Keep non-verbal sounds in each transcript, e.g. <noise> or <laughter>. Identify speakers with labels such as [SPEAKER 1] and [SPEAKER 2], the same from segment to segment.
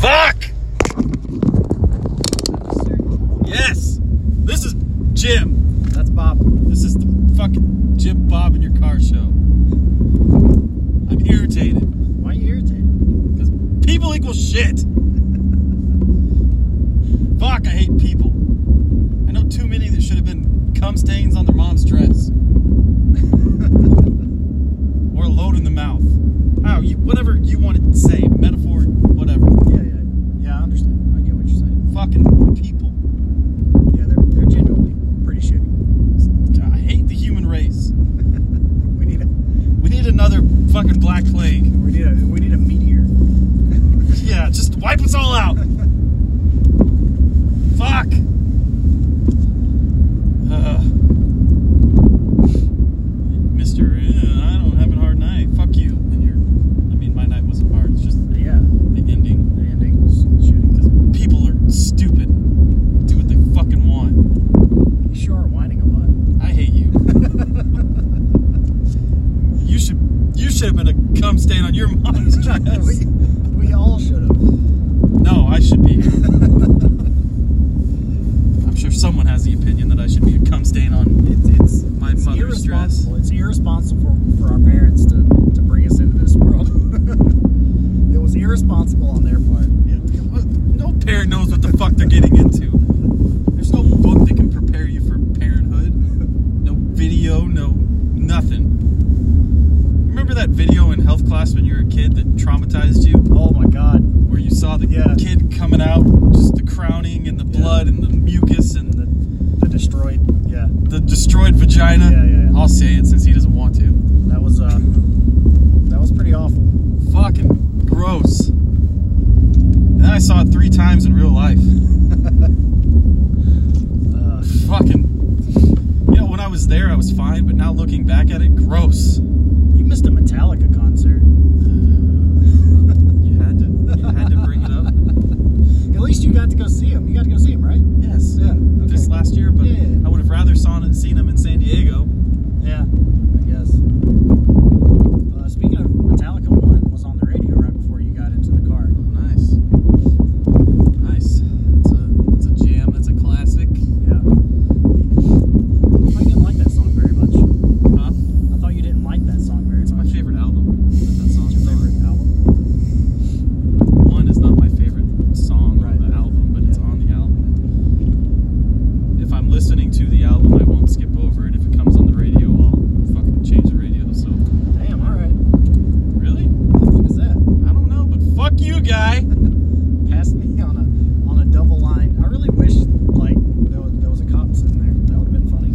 [SPEAKER 1] Fuck! Yes! This is Jim.
[SPEAKER 2] That's Bob.
[SPEAKER 1] This is the fucking Jim Bob in your car show. I'm irritated.
[SPEAKER 2] Why are you irritated?
[SPEAKER 1] Because people equal shit. Fuck, I hate people. I know too many that should have been cum stains on their mom's dress. or a load in the mouth. Oh, you, whatever you want to say, metaphor, whatever.
[SPEAKER 2] Yeah, yeah, yeah. I understand. I get what you're saying.
[SPEAKER 1] Fucking people.
[SPEAKER 2] Yeah, they're they're genuinely pretty shitty.
[SPEAKER 1] I hate the human race.
[SPEAKER 2] We need a
[SPEAKER 1] We need another fucking black plague. <laughs>
[SPEAKER 2] we need a we need a meteor.
[SPEAKER 1] Yeah, just wipe us all out. Fuck. Uh, Mister, uh, I don't have a hard night. Fuck you. And your, I mean, my night wasn't hard. It's just
[SPEAKER 2] But yeah,
[SPEAKER 1] the ending.
[SPEAKER 2] the ending was shitty.
[SPEAKER 1] Because people are stupid. Do what they fucking want.
[SPEAKER 2] You sure are whining a <laughs> lot.
[SPEAKER 1] I hate you. you should. You should have been a cum stain on your
[SPEAKER 2] <laughs>
[SPEAKER 1] mom's dress.
[SPEAKER 2] we, we all should have.
[SPEAKER 1] No, I should be. here. I'm sure someone has the opinion that I should be a cum stain on
[SPEAKER 2] It's it's
[SPEAKER 1] my
[SPEAKER 2] it's
[SPEAKER 1] mother's dress.
[SPEAKER 2] irresponsible. It's irresponsible for, for our parents to to bring us into this world. <laughs> it was irresponsible on their part. Yeah.
[SPEAKER 1] No parent knows what the fuck they're getting into. There's no book that can prepare you for parenthood. No video, no nothing. Remember that video in health class when you were a kid that traumatized you?
[SPEAKER 2] Oh my God.
[SPEAKER 1] Where you saw the
[SPEAKER 2] Yeah.
[SPEAKER 1] kid coming out, just the crowning and the
[SPEAKER 2] Yeah.
[SPEAKER 1] blood and the mucus and the
[SPEAKER 2] The destroyed. Yeah.
[SPEAKER 1] the destroyed vagina.
[SPEAKER 2] Yeah, yeah, yeah.
[SPEAKER 1] I'll say it since he doesn't want to.
[SPEAKER 2] That was uh. That was pretty awful.
[SPEAKER 1] Fucking gross. And then I saw it three times in real life.
[SPEAKER 2] Uh,
[SPEAKER 1] Fucking. You know, when I was there, I was fine, but now looking back at it, gross.
[SPEAKER 2] you missed a Metallica concert.
[SPEAKER 1] You had to, you had to bring it up.
[SPEAKER 2] At least you got to go see him. You got to go see him, right?
[SPEAKER 1] Yes.
[SPEAKER 2] Yeah, okay.
[SPEAKER 1] This last year, but
[SPEAKER 2] Yeah, yeah, yeah.
[SPEAKER 1] I would have rather saw it, seen him in San Diego.
[SPEAKER 2] Yeah, I guess. Uh, speaking of Metallica, one was on the radio right before you got into the car.
[SPEAKER 1] Oh, nice. Nice. That's a, that's a jam. That's a classic.
[SPEAKER 2] Yeah. I thought you didn't like that song very much.
[SPEAKER 1] Huh?
[SPEAKER 2] I thought you didn't like that song very
[SPEAKER 1] It's my
[SPEAKER 2] much.
[SPEAKER 1] favorite album. That song's
[SPEAKER 2] It's your
[SPEAKER 1] not.
[SPEAKER 2] favorite album.
[SPEAKER 1] One is not my favorite song
[SPEAKER 2] Right.
[SPEAKER 1] on the album, but it's on the album. If I'm listening to the album, I won't skip over it. If it comes on the radio, I'll fucking change the radio. So,
[SPEAKER 2] Damn, all right.
[SPEAKER 1] really?
[SPEAKER 2] What the fuck is that?
[SPEAKER 1] I don't know, but fuck you, guy.
[SPEAKER 2] Passed me on a on a double line. I really wish like there was, there was a cop sitting there. That would have been funny.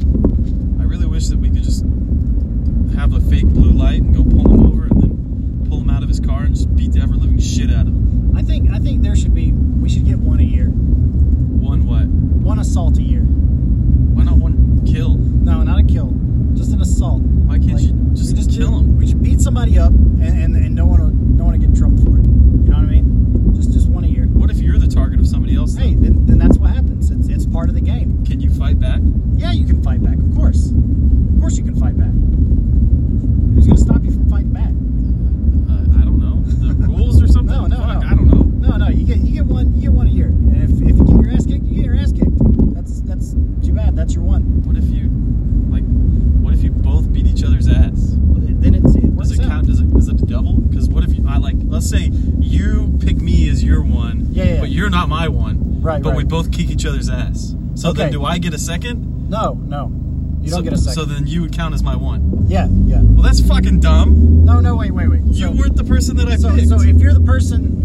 [SPEAKER 1] I really wish that we could just have a fake blue light and go pull him over and then pull him out of his car and just beat the ever living shit out of him.
[SPEAKER 2] I think I think there should be we should get one a year,
[SPEAKER 1] One what?
[SPEAKER 2] one assault a year.
[SPEAKER 1] Why not one kill?
[SPEAKER 2] No, not a kill, just an assault.
[SPEAKER 1] Why can't
[SPEAKER 2] Like,
[SPEAKER 1] you
[SPEAKER 2] we
[SPEAKER 1] just, kill him?
[SPEAKER 2] We just beat somebody up, and, and, and no one will, no one will get in trouble for it. You know what I mean? Just just one a year.
[SPEAKER 1] What if you're the target of somebody else?
[SPEAKER 2] Hey, then, then that's what happens. It's, it's part of the game.
[SPEAKER 1] Can you fight back?
[SPEAKER 2] Yeah, you can fight back, of course. Of course, you can fight back. Who's gonna stop you from fighting back?
[SPEAKER 1] Uh, I don't know. The
[SPEAKER 2] <laughs>
[SPEAKER 1] rules or something?
[SPEAKER 2] No, no,
[SPEAKER 1] Fuck,
[SPEAKER 2] no.
[SPEAKER 1] I don't know.
[SPEAKER 2] No, no, you get you get one you get one a year, and if, if you get your ass kicked, you get your ass kicked. That's that's too bad. That's your one.
[SPEAKER 1] What if you, like, what if you both beat each other's ass?
[SPEAKER 2] Then it's it
[SPEAKER 1] Does
[SPEAKER 2] works
[SPEAKER 1] it
[SPEAKER 2] out.
[SPEAKER 1] count? Does it is it double? Because what if you, I like, let's say you pick me as your one,
[SPEAKER 2] Yeah, yeah,
[SPEAKER 1] but
[SPEAKER 2] yeah.
[SPEAKER 1] you're not my one,
[SPEAKER 2] Right,
[SPEAKER 1] But we
[SPEAKER 2] right.
[SPEAKER 1] both kick each other's ass. So then,
[SPEAKER 2] Okay.
[SPEAKER 1] do I get a second?
[SPEAKER 2] No, no, you don't
[SPEAKER 1] so,
[SPEAKER 2] get a second.
[SPEAKER 1] So then you would count as my one.
[SPEAKER 2] yeah, yeah.
[SPEAKER 1] Well, that's fucking dumb.
[SPEAKER 2] No, no, wait, wait, wait.
[SPEAKER 1] You
[SPEAKER 2] So-
[SPEAKER 1] weren't the person that I
[SPEAKER 2] so,
[SPEAKER 1] picked.
[SPEAKER 2] so if you're the person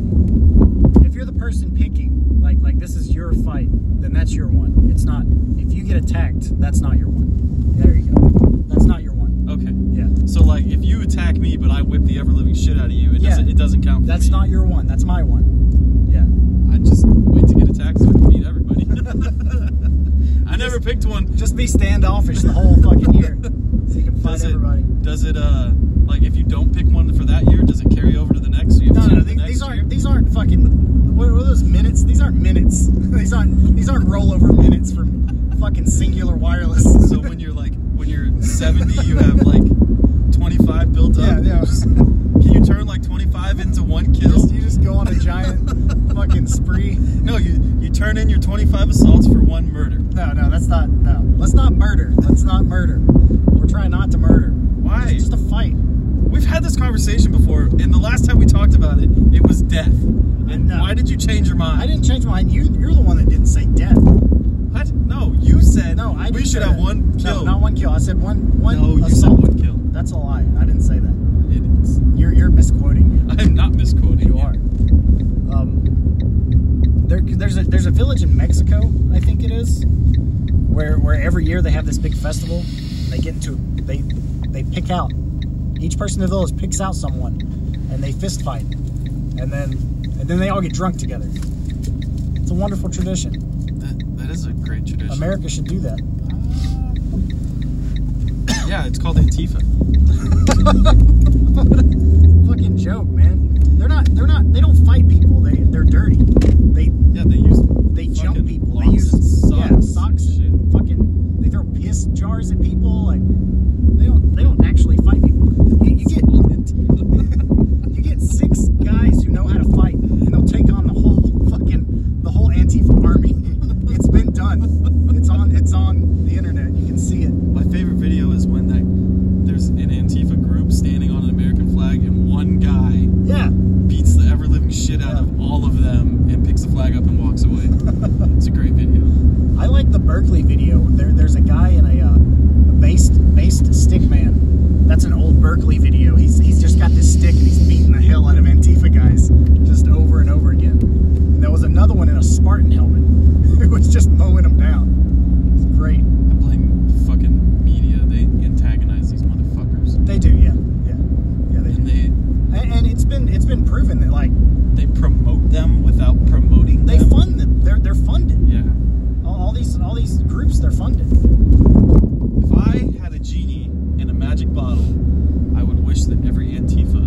[SPEAKER 2] if you're the person picking like like this is your fight then that's your one it's not if you get attacked that's not your one there you go that's not your one
[SPEAKER 1] okay.
[SPEAKER 2] yeah
[SPEAKER 1] So like, if you attack me, but I whip the ever living shit out of you, it
[SPEAKER 2] Yeah.
[SPEAKER 1] doesn't. It doesn't count. For
[SPEAKER 2] that's
[SPEAKER 1] me.
[SPEAKER 2] not your one that's my one yeah
[SPEAKER 1] I just wait to get attacked so I can beat
[SPEAKER 2] <laughs>
[SPEAKER 1] everybody. I never picked one.
[SPEAKER 2] just be standoffish the whole fucking year <laughs> so you can fight
[SPEAKER 1] Does it?
[SPEAKER 2] everybody
[SPEAKER 1] Does it? Uh, like if you don't pick one for that year, does it carry over to the next? So you have
[SPEAKER 2] no
[SPEAKER 1] two
[SPEAKER 2] no
[SPEAKER 1] the
[SPEAKER 2] these,
[SPEAKER 1] next
[SPEAKER 2] these aren't
[SPEAKER 1] year?
[SPEAKER 2] these aren't fucking what what are those minutes these aren't minutes <laughs> these aren't these aren't rollover minutes from fucking singular wireless
[SPEAKER 1] So when you're like when you're 70, you have like 25 built up.
[SPEAKER 2] yeah yeah
[SPEAKER 1] Can you turn like 25 into one kill? <laughs>
[SPEAKER 2] Just- you just go on a giant fucking spree.
[SPEAKER 1] No, you you turn in your 25 assaults for one murder.
[SPEAKER 2] No, no, that's not. No, let's not murder. Let's not murder. We're trying not to murder.
[SPEAKER 1] Why?
[SPEAKER 2] It's just a fight.
[SPEAKER 1] We've had this conversation before, and the last time we talked about it, it was death. And
[SPEAKER 2] know.
[SPEAKER 1] why did you change your mind?
[SPEAKER 2] I didn't change my mind. You, you're the one that didn't say death.
[SPEAKER 1] What? No, you said
[SPEAKER 2] No, I.
[SPEAKER 1] we
[SPEAKER 2] didn't
[SPEAKER 1] should
[SPEAKER 2] say
[SPEAKER 1] have
[SPEAKER 2] that.
[SPEAKER 1] one
[SPEAKER 2] No,
[SPEAKER 1] kill.
[SPEAKER 2] not one kill. I said one. One.
[SPEAKER 1] No, you said
[SPEAKER 2] assault.
[SPEAKER 1] one kill.
[SPEAKER 2] That's a lie. I didn't say that.
[SPEAKER 1] It is.
[SPEAKER 2] You're you're misquoting me.
[SPEAKER 1] <laughs> I'm not misquoting.
[SPEAKER 2] You are. Um, there, there's a there's a village in Mexico, I think it is, where where every year they have this big festival. They get into they they pick out each person in the village picks out someone, and they fist fight, and then and then they all get drunk together. It's a wonderful tradition.
[SPEAKER 1] That, that is a great tradition.
[SPEAKER 2] America should do that.
[SPEAKER 1] yeah, it's called Antifa.
[SPEAKER 2] Fucking joke, man. They're not they're not they don't fight people. They they're dirty. They
[SPEAKER 1] Yeah, they use
[SPEAKER 2] They jump
[SPEAKER 1] fucking
[SPEAKER 2] people. They
[SPEAKER 1] blocks
[SPEAKER 2] use
[SPEAKER 1] and socks.
[SPEAKER 2] yeah, socks
[SPEAKER 1] and shit.
[SPEAKER 2] and fucking. They throw piss jars at people. Like they don't. They don't actually fight people. You, you get you get <laughs> six guys who know how to fight, and they'll take on the whole fucking the whole Antifa army. <laughs> it's been done. It's on. It's on the internet. You can see it.
[SPEAKER 1] My favorite video is when that there's an Antifa group standing on an American flag, and one guy
[SPEAKER 2] Yeah.
[SPEAKER 1] beats the ever living shit out of all of them and picks the flag up and walks
[SPEAKER 2] <laughs>
[SPEAKER 1] away. it's a great video.
[SPEAKER 2] I like the Berkeley video. There, there's a guy in a, uh, a based based stick man. That's an old Berkeley video. He's he's just got this stick and he's beating the hell out of Antifa guys just over and over again. And there was another one in a Spartan helmet <laughs> who was just mowing them down. It's great.
[SPEAKER 1] I blame the fucking media. They antagonize these motherfuckers,
[SPEAKER 2] They do, yeah, yeah, yeah. They do.
[SPEAKER 1] and they
[SPEAKER 2] And, and it's been it's been proven that like
[SPEAKER 1] they promote them without promoting
[SPEAKER 2] they
[SPEAKER 1] them.
[SPEAKER 2] fund them. They're they're funded.
[SPEAKER 1] yeah.
[SPEAKER 2] All, all these all these groups they're funded.
[SPEAKER 1] If I had a genie in a magic bottle, I would wish that every Antifa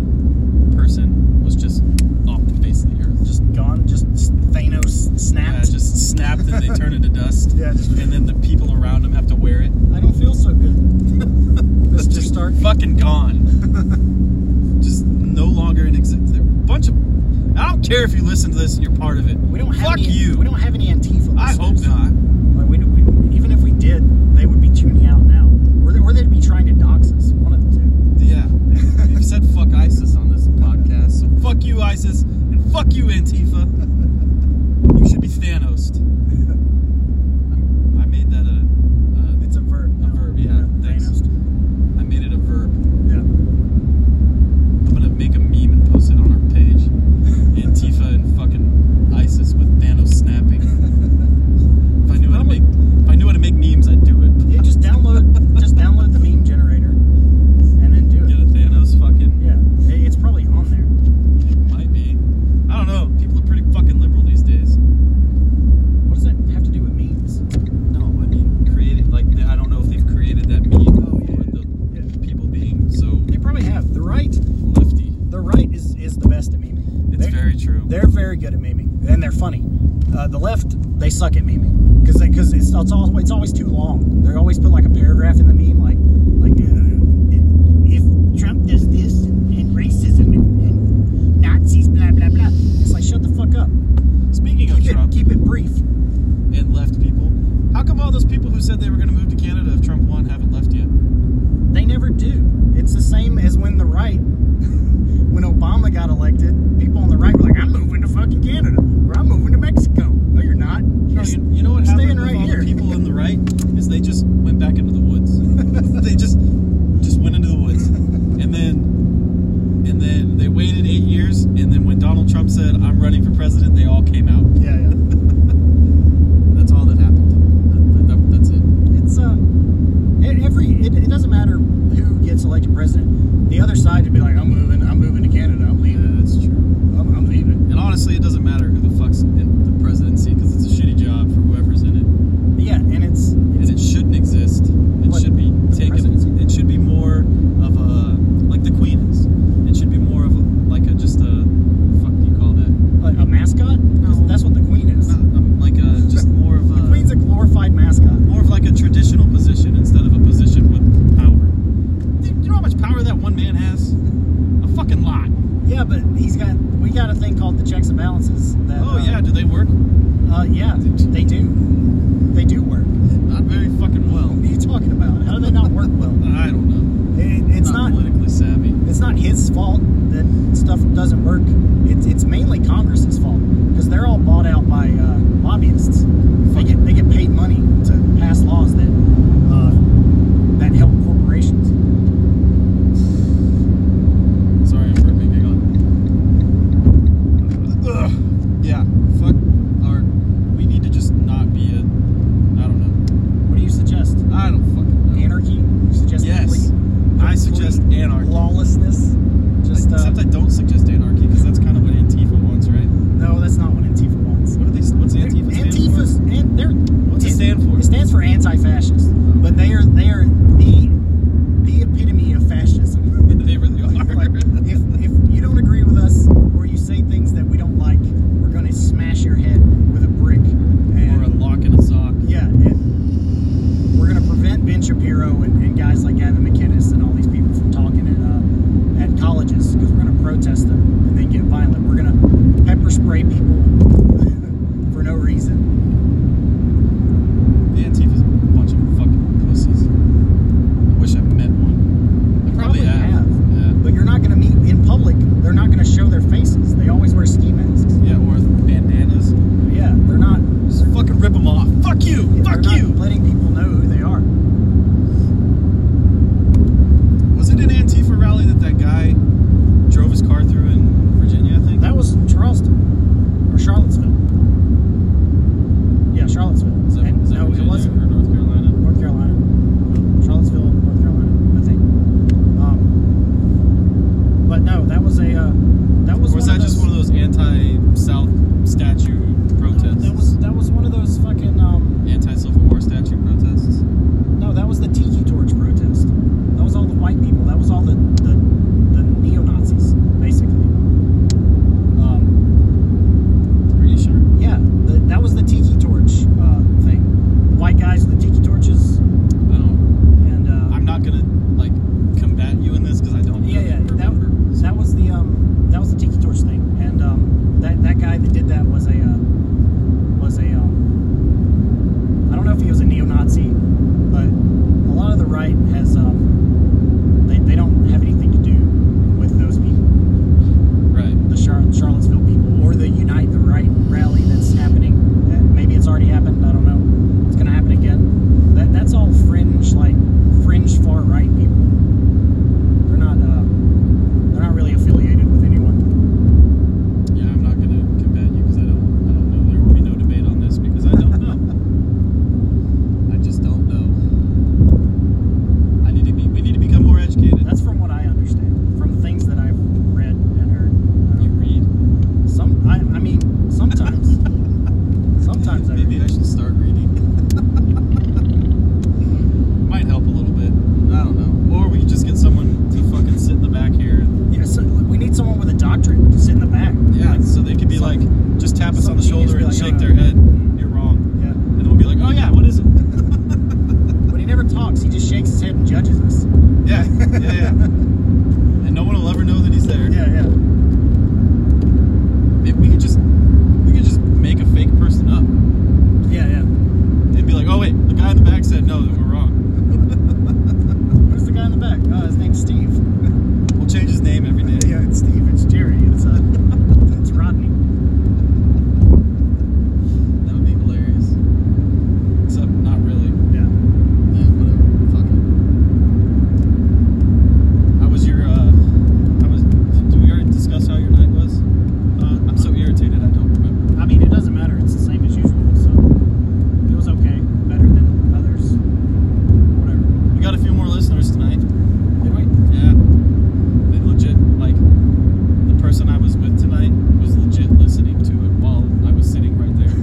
[SPEAKER 1] person was just off the face of the earth.
[SPEAKER 2] Just gone. Just Thanos
[SPEAKER 1] Yeah,
[SPEAKER 2] snapped.
[SPEAKER 1] just snapped and they turn into <laughs> dust.
[SPEAKER 2] Yeah, just-
[SPEAKER 1] and then the people around them have to wear it.
[SPEAKER 2] I don't feel so <laughs> good. Mr. Stark.
[SPEAKER 1] Fucking gone. <laughs> just no longer in existence. They're a bunch of. I don't care if you listen to this and you're part of it.
[SPEAKER 2] We don't have
[SPEAKER 1] Fuck
[SPEAKER 2] any,
[SPEAKER 1] you.
[SPEAKER 2] We don't have any Antifa.
[SPEAKER 1] I hope
[SPEAKER 2] listeners.
[SPEAKER 1] not.
[SPEAKER 2] Like, we, we, even if we did, they would be tuning out now. Or they, or they'd be trying to dox us. One of the two.
[SPEAKER 1] <laughs> Yeah. You've said fuck ISIS on this podcast. So fuck you, ISIS, and fuck you, <laughs> Antifa. You should be Thanos. I made that a.
[SPEAKER 2] <laughs> It's a verb.
[SPEAKER 1] A verb, yeah, thanks.
[SPEAKER 2] Thanos.
[SPEAKER 1] a I made it a verb.
[SPEAKER 2] Yeah.
[SPEAKER 1] I'm gonna make a meme and post it on our <laughs> page. Antifa and fucking ISIS with Thanos snapping. If I knew how to make, if I knew how to make memes, I'd do it.
[SPEAKER 2] Yeah, just download. just download the meme generator, and then do
[SPEAKER 1] Get
[SPEAKER 2] it.
[SPEAKER 1] a Thanos fucking.
[SPEAKER 2] Yeah. It- It's probably on there.
[SPEAKER 1] It might be. I don't know. People are pretty fucking liberal these days.
[SPEAKER 2] What does that have to do with memes?
[SPEAKER 1] No, I mean created. Like the, I don't know if they've created that meme
[SPEAKER 2] Oh, yeah,
[SPEAKER 1] or the people being so
[SPEAKER 2] They probably have. The right.
[SPEAKER 1] lefty.
[SPEAKER 2] The right is is the best at memeing.
[SPEAKER 1] It's
[SPEAKER 2] They-
[SPEAKER 1] very true.
[SPEAKER 2] They're very good at memeing, and they're funny. Uh, the left, they suck at memeing because because it's it's always, it's always too long. They always put like a paragraph in the meme, like like uh, if Trump does this and, and racism and, and Nazis, blah blah blah. It's like shut the fuck up.
[SPEAKER 1] Speaking of <laughs>
[SPEAKER 2] Keep it,
[SPEAKER 1] Trump
[SPEAKER 2] keep it brief.
[SPEAKER 1] and left people, how come all those people who said they were going to move to Canada if Trump won haven't left yet?
[SPEAKER 2] They never do. It's the same as when the right, <laughs> when Obama got elected, people on the right were like, I'm moving to fucking Canada or I'm moving to Mexico. No, you're not.
[SPEAKER 1] No,
[SPEAKER 2] You're
[SPEAKER 1] you, you know what
[SPEAKER 2] staying <laughs>
[SPEAKER 1] happened with
[SPEAKER 2] right
[SPEAKER 1] all
[SPEAKER 2] here. <laughs>
[SPEAKER 1] the people in the right is they just went back into the woods. they
[SPEAKER 2] uh, e-, um, Uh,
[SPEAKER 1] Oh, work?
[SPEAKER 2] um, Uh, Oh, yeah, they do. They do work.
[SPEAKER 1] Not very fucking well.
[SPEAKER 2] What are you talking about? How do they not work well?
[SPEAKER 1] I don't know.
[SPEAKER 2] It, it's not.
[SPEAKER 1] politically savvy.
[SPEAKER 2] It's not his fault that stuff doesn't work. It's it's mainly Congress's fault because they're all bought out by uh, lobbyists. They get they get paid money to pass laws that uh, that help corporations.
[SPEAKER 1] Sorry, I'm burping. Hang on. Ugh. Yeah. Fuck. Our. We need to just not be a. I don't
[SPEAKER 2] What do you suggest?
[SPEAKER 1] know. I don't fucking know.
[SPEAKER 2] Anarchy? You suggest
[SPEAKER 1] Yes.
[SPEAKER 2] complete-
[SPEAKER 1] I suggest
[SPEAKER 2] complete
[SPEAKER 1] anarchy.
[SPEAKER 2] Lawlessness. Just uh,
[SPEAKER 1] Except I don't suggest anarchy because that's kind of what Antifa wants, right?
[SPEAKER 2] no, that's not what Antifa wants.
[SPEAKER 1] What are they? What's Antifa? stand for?
[SPEAKER 2] Antifa's and they're
[SPEAKER 1] What's it stand for?
[SPEAKER 2] It stands for anti-fascist, but they are they are the the epitome of fascism.
[SPEAKER 1] <laughs>
[SPEAKER 2] <laughs>
[SPEAKER 1] They really are.
[SPEAKER 2] like
[SPEAKER 1] <laughs>
[SPEAKER 2] if if you don't agree with us or you say things that we don't like, we're gonna smash your head with a brick.
[SPEAKER 1] or a
[SPEAKER 2] And
[SPEAKER 1] lock and a sock.
[SPEAKER 2] yeah, and we're gonna prevent Ben Shapiro and, and guys like Gavin McInnes and all these people from talking at uh, at colleges because we're gonna protest them and they get violent. We're gonna pepper spray people <laughs> for no reason.
[SPEAKER 1] The Antifa's a bunch of fucking pussies. I wish I met one. I probably,
[SPEAKER 2] Probably
[SPEAKER 1] have.
[SPEAKER 2] have. But you're not going to meet in public. They're not going to show their faces. They always wear ski masks.
[SPEAKER 1] Yeah. Yeah, or bandanas.
[SPEAKER 2] Yeah, they're not.
[SPEAKER 1] Just fucking rip them off. Fuck you.
[SPEAKER 2] they're
[SPEAKER 1] Fuck
[SPEAKER 2] not
[SPEAKER 1] you.
[SPEAKER 2] letting people know who they are.
[SPEAKER 1] Was it an Antifa rally that that guy drove his car through in Virginia? I think.
[SPEAKER 2] That was Charleston or Charlottesville. Yeah, Charlottesville.
[SPEAKER 1] was that,
[SPEAKER 2] And-
[SPEAKER 1] was that
[SPEAKER 2] no, it
[SPEAKER 1] Virginia
[SPEAKER 2] wasn't
[SPEAKER 1] or North Carolina.
[SPEAKER 2] North Carolina. Charlottesville, North Carolina, I think. Um, but no, that was a. Uh, that was.
[SPEAKER 1] Or was
[SPEAKER 2] one
[SPEAKER 1] that
[SPEAKER 2] of
[SPEAKER 1] just
[SPEAKER 2] those-
[SPEAKER 1] one of those anti-South statue protests?
[SPEAKER 2] No, that was that was one of those fucking. Um,
[SPEAKER 1] anti-Civil War statue protests.
[SPEAKER 2] No, that was the tiki torch protest. That was all the white people. That was all the the, the neo Nazis, basically. Um,
[SPEAKER 1] Are you sure?
[SPEAKER 2] yeah, the, that was the tiki torch uh, thing. The white guys with the tiki torches,
[SPEAKER 1] I don't.
[SPEAKER 2] and uh,
[SPEAKER 1] I'm not gonna like combat you in this because I don't.
[SPEAKER 2] yeah,
[SPEAKER 1] really
[SPEAKER 2] yeah,
[SPEAKER 1] Remember.
[SPEAKER 2] that, that was the um, that was the tiki torch thing, and um, that that guy that did that was a uh, was a um, I don't know if he was a neo Nazi, but a lot of the right has um, they they don't have anything to do with those people.
[SPEAKER 1] right.
[SPEAKER 2] the Char- Charlottesville people or the Unite the Right rally that's happening. Uh, Maybe it's already happened. I don't know. It's going to happen again. That, that's all fringe, like fringe far right people. They're not. Uh, they're not really affiliated with anyone.
[SPEAKER 1] Yeah, I'm not gonna combat you because I don't. I don't know. There will be no debate on this because I don't know. <laughs> I just don't know. I need to be. We need to become more educated.
[SPEAKER 2] That's from what I understand, from things that I've read and heard.
[SPEAKER 1] you read.
[SPEAKER 2] Uh, some, I, I mean, sometimes, sometimes I.
[SPEAKER 1] Maybe I should start <laughs> reading. Might help a little bit. I don't know. Or we could just get someone to fucking sit in the back here. and-
[SPEAKER 2] Yeah, so we need someone with a doctorate to sit in the back.
[SPEAKER 1] Yeah, so they could be like, just "Oh, tap us on the
[SPEAKER 2] Some genius
[SPEAKER 1] shoulder
[SPEAKER 2] be
[SPEAKER 1] and
[SPEAKER 2] like,
[SPEAKER 1] shake
[SPEAKER 2] "No, no,
[SPEAKER 1] their
[SPEAKER 2] no."
[SPEAKER 1] head. You're wrong.
[SPEAKER 2] Yeah.
[SPEAKER 1] And we'll be like, oh yeah, what is it?
[SPEAKER 2] But he never talks. He just shakes his head and judges us.
[SPEAKER 1] <laughs> Yeah, yeah, yeah. and no one will ever know that he's there.
[SPEAKER 2] Yeah, yeah.
[SPEAKER 1] Maybe we could just, we could just make a fake person up
[SPEAKER 2] Yeah, yeah.
[SPEAKER 1] and be like, oh wait, the guy in the back said no, that we're wrong.
[SPEAKER 2] Who's the guy in the back? Oh, his name's Steve.
[SPEAKER 1] We'll change his name every day.
[SPEAKER 2] Yeah, it's Steve. It's Jerry. It's uh, <laughs> it's Rodney.
[SPEAKER 1] That would be hilarious. Except not really.
[SPEAKER 2] Yeah.
[SPEAKER 1] Yeah, whatever. Fuck it. How was your? Uh, how was? Did we already discuss how your night was?
[SPEAKER 2] Uh,
[SPEAKER 1] I'm so irritated. I don't remember.
[SPEAKER 2] I mean, it doesn't matter. It's the same as usual. So it was okay. Better than others. <laughs> Whatever.
[SPEAKER 1] We got a few more listeners tonight.
[SPEAKER 2] Did we?
[SPEAKER 1] Yeah. They legit like the person I was with tonight was legit listening to it while I was sitting right there.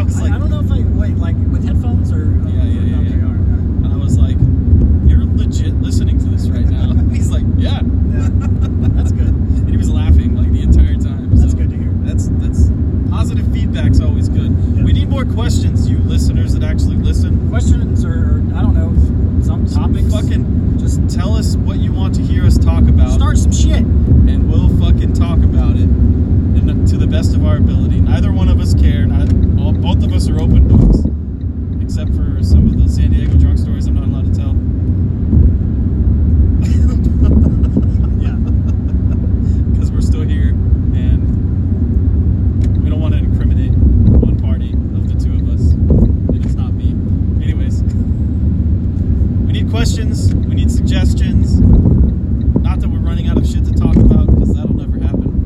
[SPEAKER 1] <laughs> I was
[SPEAKER 2] I-
[SPEAKER 1] like,
[SPEAKER 2] I, don't know if I wait like with headphones or.
[SPEAKER 1] Yeah, yeah, yeah,
[SPEAKER 2] Okay,
[SPEAKER 1] yeah.
[SPEAKER 2] all right, all right.
[SPEAKER 1] and I was like, you're legit listening to this right now. <laughs> He's like, yeah.
[SPEAKER 2] Yeah. <laughs> That's good.
[SPEAKER 1] And he was laughing like the entire time.
[SPEAKER 2] That's
[SPEAKER 1] so-
[SPEAKER 2] good to hear.
[SPEAKER 1] That's that's positive feedback's always good.
[SPEAKER 2] Yeah.
[SPEAKER 1] We need more questions, you listeners that actually listen.
[SPEAKER 2] Questions or, or I don't know some topics.
[SPEAKER 1] Fucking
[SPEAKER 2] just
[SPEAKER 1] tell us what you want to hear us talk about,
[SPEAKER 2] start some shit.
[SPEAKER 1] and we'll fucking talk about it, and to the best of our our ability. Neither one of us care. Neither, well, both of us are open books, except for some of the San Diego drunk stories I'm not allowed to tell. <laughs> yeah, because we're still here, and we don't want to incriminate one party of the two of us, and it's not me. Anyways, we need questions. We need suggestions. Not that we're running out of shit to talk about, because that'll never happen.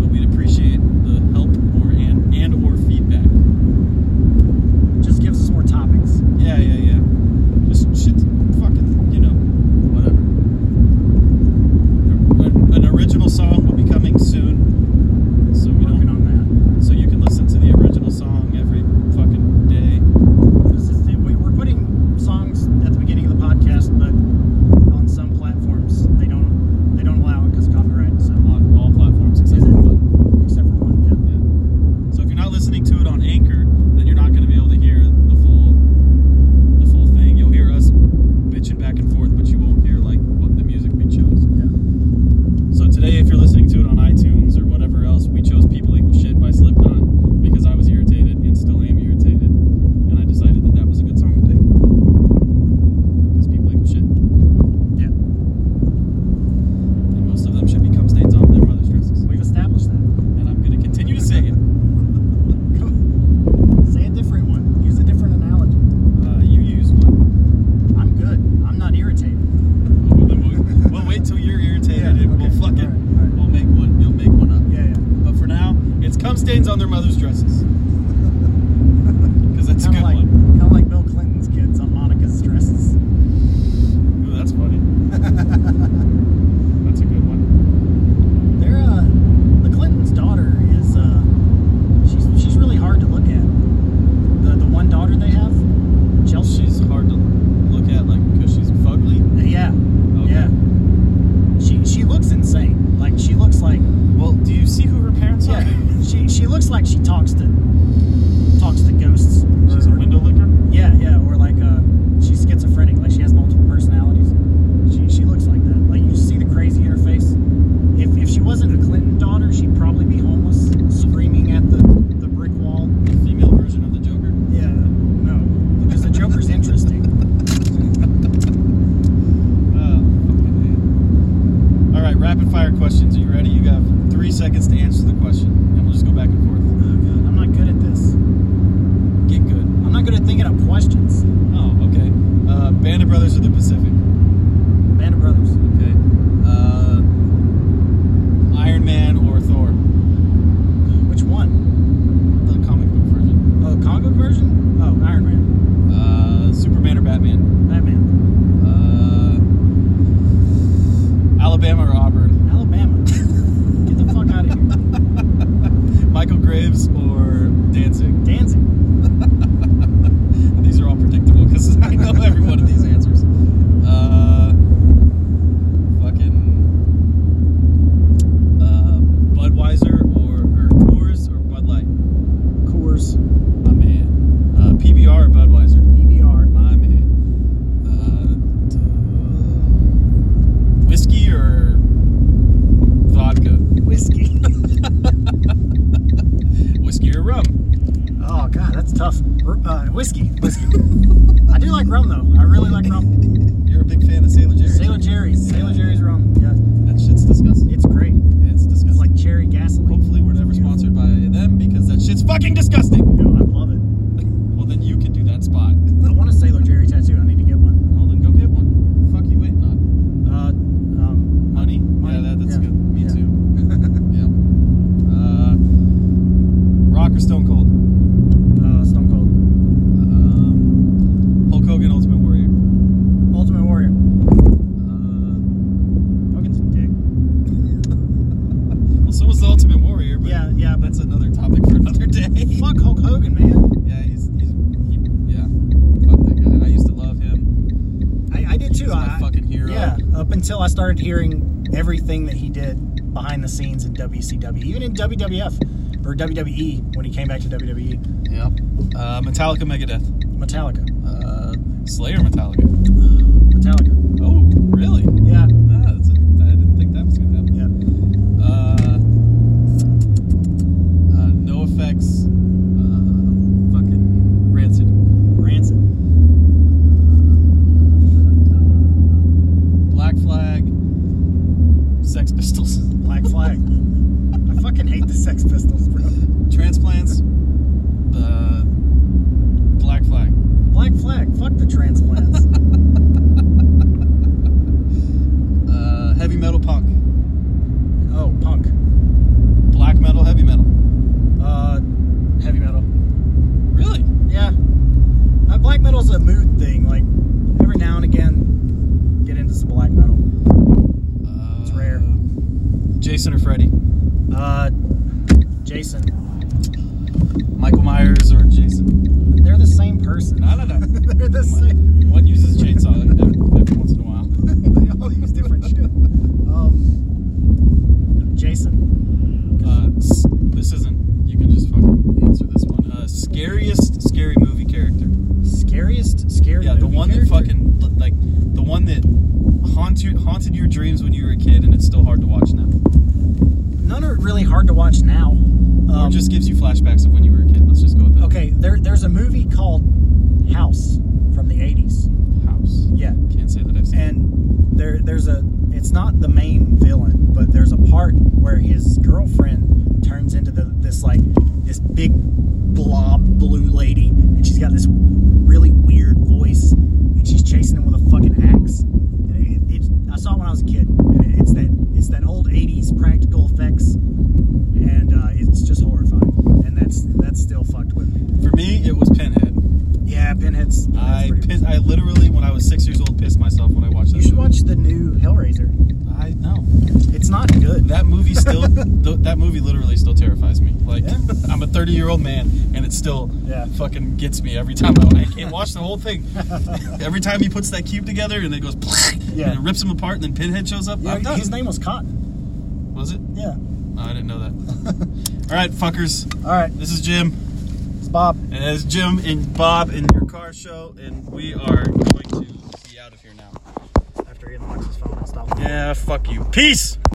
[SPEAKER 1] But we'd appreciate the help or and and or feedback.
[SPEAKER 2] Just gives us more topics.
[SPEAKER 1] Yeah, yeah, yeah. Just shit, fucking, you know, whatever. An, an original song will be coming soon, so we
[SPEAKER 2] Working
[SPEAKER 1] don't,
[SPEAKER 2] on
[SPEAKER 1] so you can listen to the original song every fucking day.
[SPEAKER 2] that. This is the, we, we're putting songs at the beginning of the podcast, but on some platforms they don't they don't allow it because copyright. So
[SPEAKER 1] on all platforms except for one.
[SPEAKER 2] except for one,
[SPEAKER 1] Yeah. So if you're not listening to it on Anchor, then you're not going to be able to hear the full the full thing. You'll hear us bitching back and forth, but you won't hear like what the music we chose.
[SPEAKER 2] yeah. yeah.
[SPEAKER 1] So today, if you're listening to it on iTunes or whatever else, we chose "People Equal Shit" by Slipknot because I was irritated and still am irritated, and I decided that that was a good song today because people equal shit,
[SPEAKER 2] Yeah,
[SPEAKER 1] and most of them should become stains on their mother's dresses.
[SPEAKER 2] we've established that. <laughs>
[SPEAKER 1] And I'm gonna continue to say it.
[SPEAKER 2] Say a different one. Use a different analogy.
[SPEAKER 1] Uh, you use one.
[SPEAKER 2] I'm good. I'm not irritated.
[SPEAKER 1] Well, then we'll, we'll wait till you're irritated,
[SPEAKER 2] Yeah,
[SPEAKER 1] and
[SPEAKER 2] okay,
[SPEAKER 1] we'll fuck it.
[SPEAKER 2] alright, alright.
[SPEAKER 1] We'll make one. You'll make one up.
[SPEAKER 2] Yeah, yeah.
[SPEAKER 1] But for now, it's cum stains on their mother's
[SPEAKER 2] <laughs>
[SPEAKER 1] dresses because that's a
[SPEAKER 2] Kind
[SPEAKER 1] good
[SPEAKER 2] of like,
[SPEAKER 1] one.
[SPEAKER 2] kind of like Bill Clinton's kids on Monica's dresses.
[SPEAKER 1] Ooh, that's
[SPEAKER 2] <laughs>
[SPEAKER 1] funny. that's a good one.
[SPEAKER 2] They're uh, the Clinton's daughter is uh, she's she's really hard to look at. The the one daughter they have, Chelsea.
[SPEAKER 1] She's hard to look at, like, because she's fugly.
[SPEAKER 2] Yeah,
[SPEAKER 1] Okay.
[SPEAKER 2] yeah. She she looks insane. Like she looks like
[SPEAKER 1] Well, do you see who her parents
[SPEAKER 2] yeah.
[SPEAKER 1] are?
[SPEAKER 2] She she looks like she talks to talks to ghosts. or-
[SPEAKER 1] She's a
[SPEAKER 2] or-
[SPEAKER 1] window licker.
[SPEAKER 2] Yeah, yeah, or like uh, she's schizophrenic, like she has multiple personalities. She, she looks like that. Like you just see the crazy in her face. If, if she wasn't a Clinton daughter, she'd probably be homeless, screaming at the, the brick wall.
[SPEAKER 1] The female version of the Joker.
[SPEAKER 2] Yeah, no, because the Joker's interesting.
[SPEAKER 1] Oh, fucking A. All right, rapid fire questions. Are you ready? You got three seconds to answer the question, and we'll just go back and forth.
[SPEAKER 2] Oh, God, I'm not good at this.
[SPEAKER 1] Get good.
[SPEAKER 2] I'm not good at thinking up questions.
[SPEAKER 1] Oh, okay. Uh, Band of Brothers of the Pacific.
[SPEAKER 2] Band of Brothers,
[SPEAKER 1] Okay. Uh, Iron Man or Thor?
[SPEAKER 2] which one?
[SPEAKER 1] The comic book version.
[SPEAKER 2] Oh, Congo version? Oh, Iron Man,
[SPEAKER 1] Uh, Superman or Batman?
[SPEAKER 2] Batman,
[SPEAKER 1] Uh, Alabama or Auburn?
[SPEAKER 2] Alabama. Get the fuck out of here.
[SPEAKER 1] Michael Graves or Danzig?
[SPEAKER 2] Dancing,
[SPEAKER 1] These are all predictable because <laughs> I know every one of these answers. Uh, fucking uh, Budweiser or, or Coors or Bud Light.
[SPEAKER 2] Coors, E
[SPEAKER 1] My man. Uh, PBR or Budweiser.
[SPEAKER 2] PBR,
[SPEAKER 1] My man. Uh, d- whiskey or vodka.
[SPEAKER 2] whiskey.
[SPEAKER 1] Whiskey or rum.
[SPEAKER 2] Oh god, that's tough. R- Uh, whiskey, whiskey. I do like rum though. I really like rum.
[SPEAKER 1] You're a big fan of Sailor Jerry's.
[SPEAKER 2] Sailor Jerry's, Sailor Jerry's rum. Yeah,
[SPEAKER 1] That shit's disgusting.
[SPEAKER 2] it's great.
[SPEAKER 1] It's disgusting.
[SPEAKER 2] It's like cherry gasoline.
[SPEAKER 1] Hopefully, we're never sponsored by them because that shit's fucking disgusting.
[SPEAKER 2] Yo, I love it.
[SPEAKER 1] Well, then you can do that spot.
[SPEAKER 2] I want a Sailor Jerry tattoo. I need to get one.
[SPEAKER 1] Well, then go get one. Fuck you waiting on?
[SPEAKER 2] Uh, um,
[SPEAKER 1] Money?
[SPEAKER 2] Money.
[SPEAKER 1] Yeah, that, that's
[SPEAKER 2] Yeah.
[SPEAKER 1] good. Me
[SPEAKER 2] Yeah.
[SPEAKER 1] too.
[SPEAKER 2] <laughs>
[SPEAKER 1] yeah. Uh, rock or Stone Cold?
[SPEAKER 2] uh, Stone Cold,
[SPEAKER 1] Um, Hulk Hogan, Ultimate Warrior.
[SPEAKER 2] Ultimate Warrior.
[SPEAKER 1] Uh,
[SPEAKER 2] Hogan's a dick.
[SPEAKER 1] well, so was the Ultimate Warrior, but
[SPEAKER 2] Yeah, yeah, but
[SPEAKER 1] that's another topic for <laughs> another day.
[SPEAKER 2] fuck Hulk Hogan, man.
[SPEAKER 1] yeah, he's, he's he, yeah. Fuck that guy. I used to love him.
[SPEAKER 2] I, I did
[SPEAKER 1] He's
[SPEAKER 2] too.
[SPEAKER 1] my
[SPEAKER 2] I,
[SPEAKER 1] fucking hero.
[SPEAKER 2] yeah, up until I started hearing everything that he did behind the scenes in WCW, even in WWF or WWE when he came back to WWE.
[SPEAKER 1] Yeah. Uh, Metallica, Megadeth.
[SPEAKER 2] Metallica.
[SPEAKER 1] Uh, Slayer, Metallica.
[SPEAKER 2] Metallica.
[SPEAKER 1] Oh, really? Ah,
[SPEAKER 2] Yeah.
[SPEAKER 1] that's a, I didn't think that was gonna happen.
[SPEAKER 2] Yeah.
[SPEAKER 1] Uh, uh,
[SPEAKER 2] Sex Pistols, bro.
[SPEAKER 1] <laughs> Transplants. Uh, black flag.
[SPEAKER 2] Black Flag. Fuck the transplants.
[SPEAKER 1] <laughs> Uh, heavy metal punk.
[SPEAKER 2] oh, punk.
[SPEAKER 1] Black metal, heavy metal.
[SPEAKER 2] Uh, heavy metal.
[SPEAKER 1] Really?
[SPEAKER 2] Yeah. Uh, black metal's a mood thing. Like every now and again, get into some black metal.
[SPEAKER 1] Uh,
[SPEAKER 2] It's rare.
[SPEAKER 1] Jason or Freddy.
[SPEAKER 2] Uh, Jason.
[SPEAKER 1] Michael Myers or Jason.
[SPEAKER 2] They're the same person. <laughs>
[SPEAKER 1] No, no, no.
[SPEAKER 2] They're the same.
[SPEAKER 1] <laughs>
[SPEAKER 2] <laughs>
[SPEAKER 1] One uses a chainsaw every, every once in a while.
[SPEAKER 2] they all use different shit. Um, Jason.
[SPEAKER 1] Uh, s- this isn't. You can just fucking answer this one. Uh, scariest scary movie character.
[SPEAKER 2] Scariest, scary.
[SPEAKER 1] Yeah, the
[SPEAKER 2] movie
[SPEAKER 1] one
[SPEAKER 2] character?
[SPEAKER 1] that fucking li- like the one that haunted haunted your dreams when you were a kid, and it's still hard to watch now.
[SPEAKER 2] None are really hard to watch now.
[SPEAKER 1] or
[SPEAKER 2] Um,
[SPEAKER 1] just gives you flashbacks of when you were a kid. Let's just go with that.
[SPEAKER 2] okay. There, there's a movie called House from the '80s.
[SPEAKER 1] House.
[SPEAKER 2] Yeah,
[SPEAKER 1] Can't say that I've seen.
[SPEAKER 2] and there, there's a. It's not the main villain, but there's a part where his girlfriend turns into the, this like this big blob blue lady, and she's got this really weird voice, and she's chasing him with a fucking axe. And it, it, I saw it when I was a kid, and it, it's that it's that old '80s practical effects, and uh, it's just horrifying. And that's that's still fucked with me.
[SPEAKER 1] For me, it was Pinhead.
[SPEAKER 2] Yeah, Pinhead's. Pinhead's
[SPEAKER 1] I
[SPEAKER 2] pretty-
[SPEAKER 1] piss, I literally when I was six years old pissed myself when I watched that.
[SPEAKER 2] You should
[SPEAKER 1] movie.
[SPEAKER 2] watch the new Hellraiser.
[SPEAKER 1] I know
[SPEAKER 2] It's not good.
[SPEAKER 1] that movie
[SPEAKER 2] <laughs>
[SPEAKER 1] still. th- that movie literally still terrifies me. Like
[SPEAKER 2] Yeah.
[SPEAKER 1] I'm a 30 year old man and it still
[SPEAKER 2] Yeah.
[SPEAKER 1] fucking gets me every time. I, I can't watch the whole
[SPEAKER 2] <laughs>
[SPEAKER 1] thing. every time he puts that cube together and it goes <laughs>
[SPEAKER 2] Yeah.
[SPEAKER 1] and it rips him apart and then Pinhead shows up. I'm
[SPEAKER 2] Yeah,
[SPEAKER 1] done.
[SPEAKER 2] his name was Cotton.
[SPEAKER 1] was it?
[SPEAKER 2] Yeah.
[SPEAKER 1] No, I didn't know that.
[SPEAKER 2] <laughs>
[SPEAKER 1] All right, fuckers.
[SPEAKER 2] All right,
[SPEAKER 1] This is Jim.
[SPEAKER 2] it's Bob.
[SPEAKER 1] And as Jim and Bob in your car show, and we are going to be out of here now.
[SPEAKER 2] After he unlocks his phone, I'll stop.
[SPEAKER 1] Yeah, fuck you. Peace.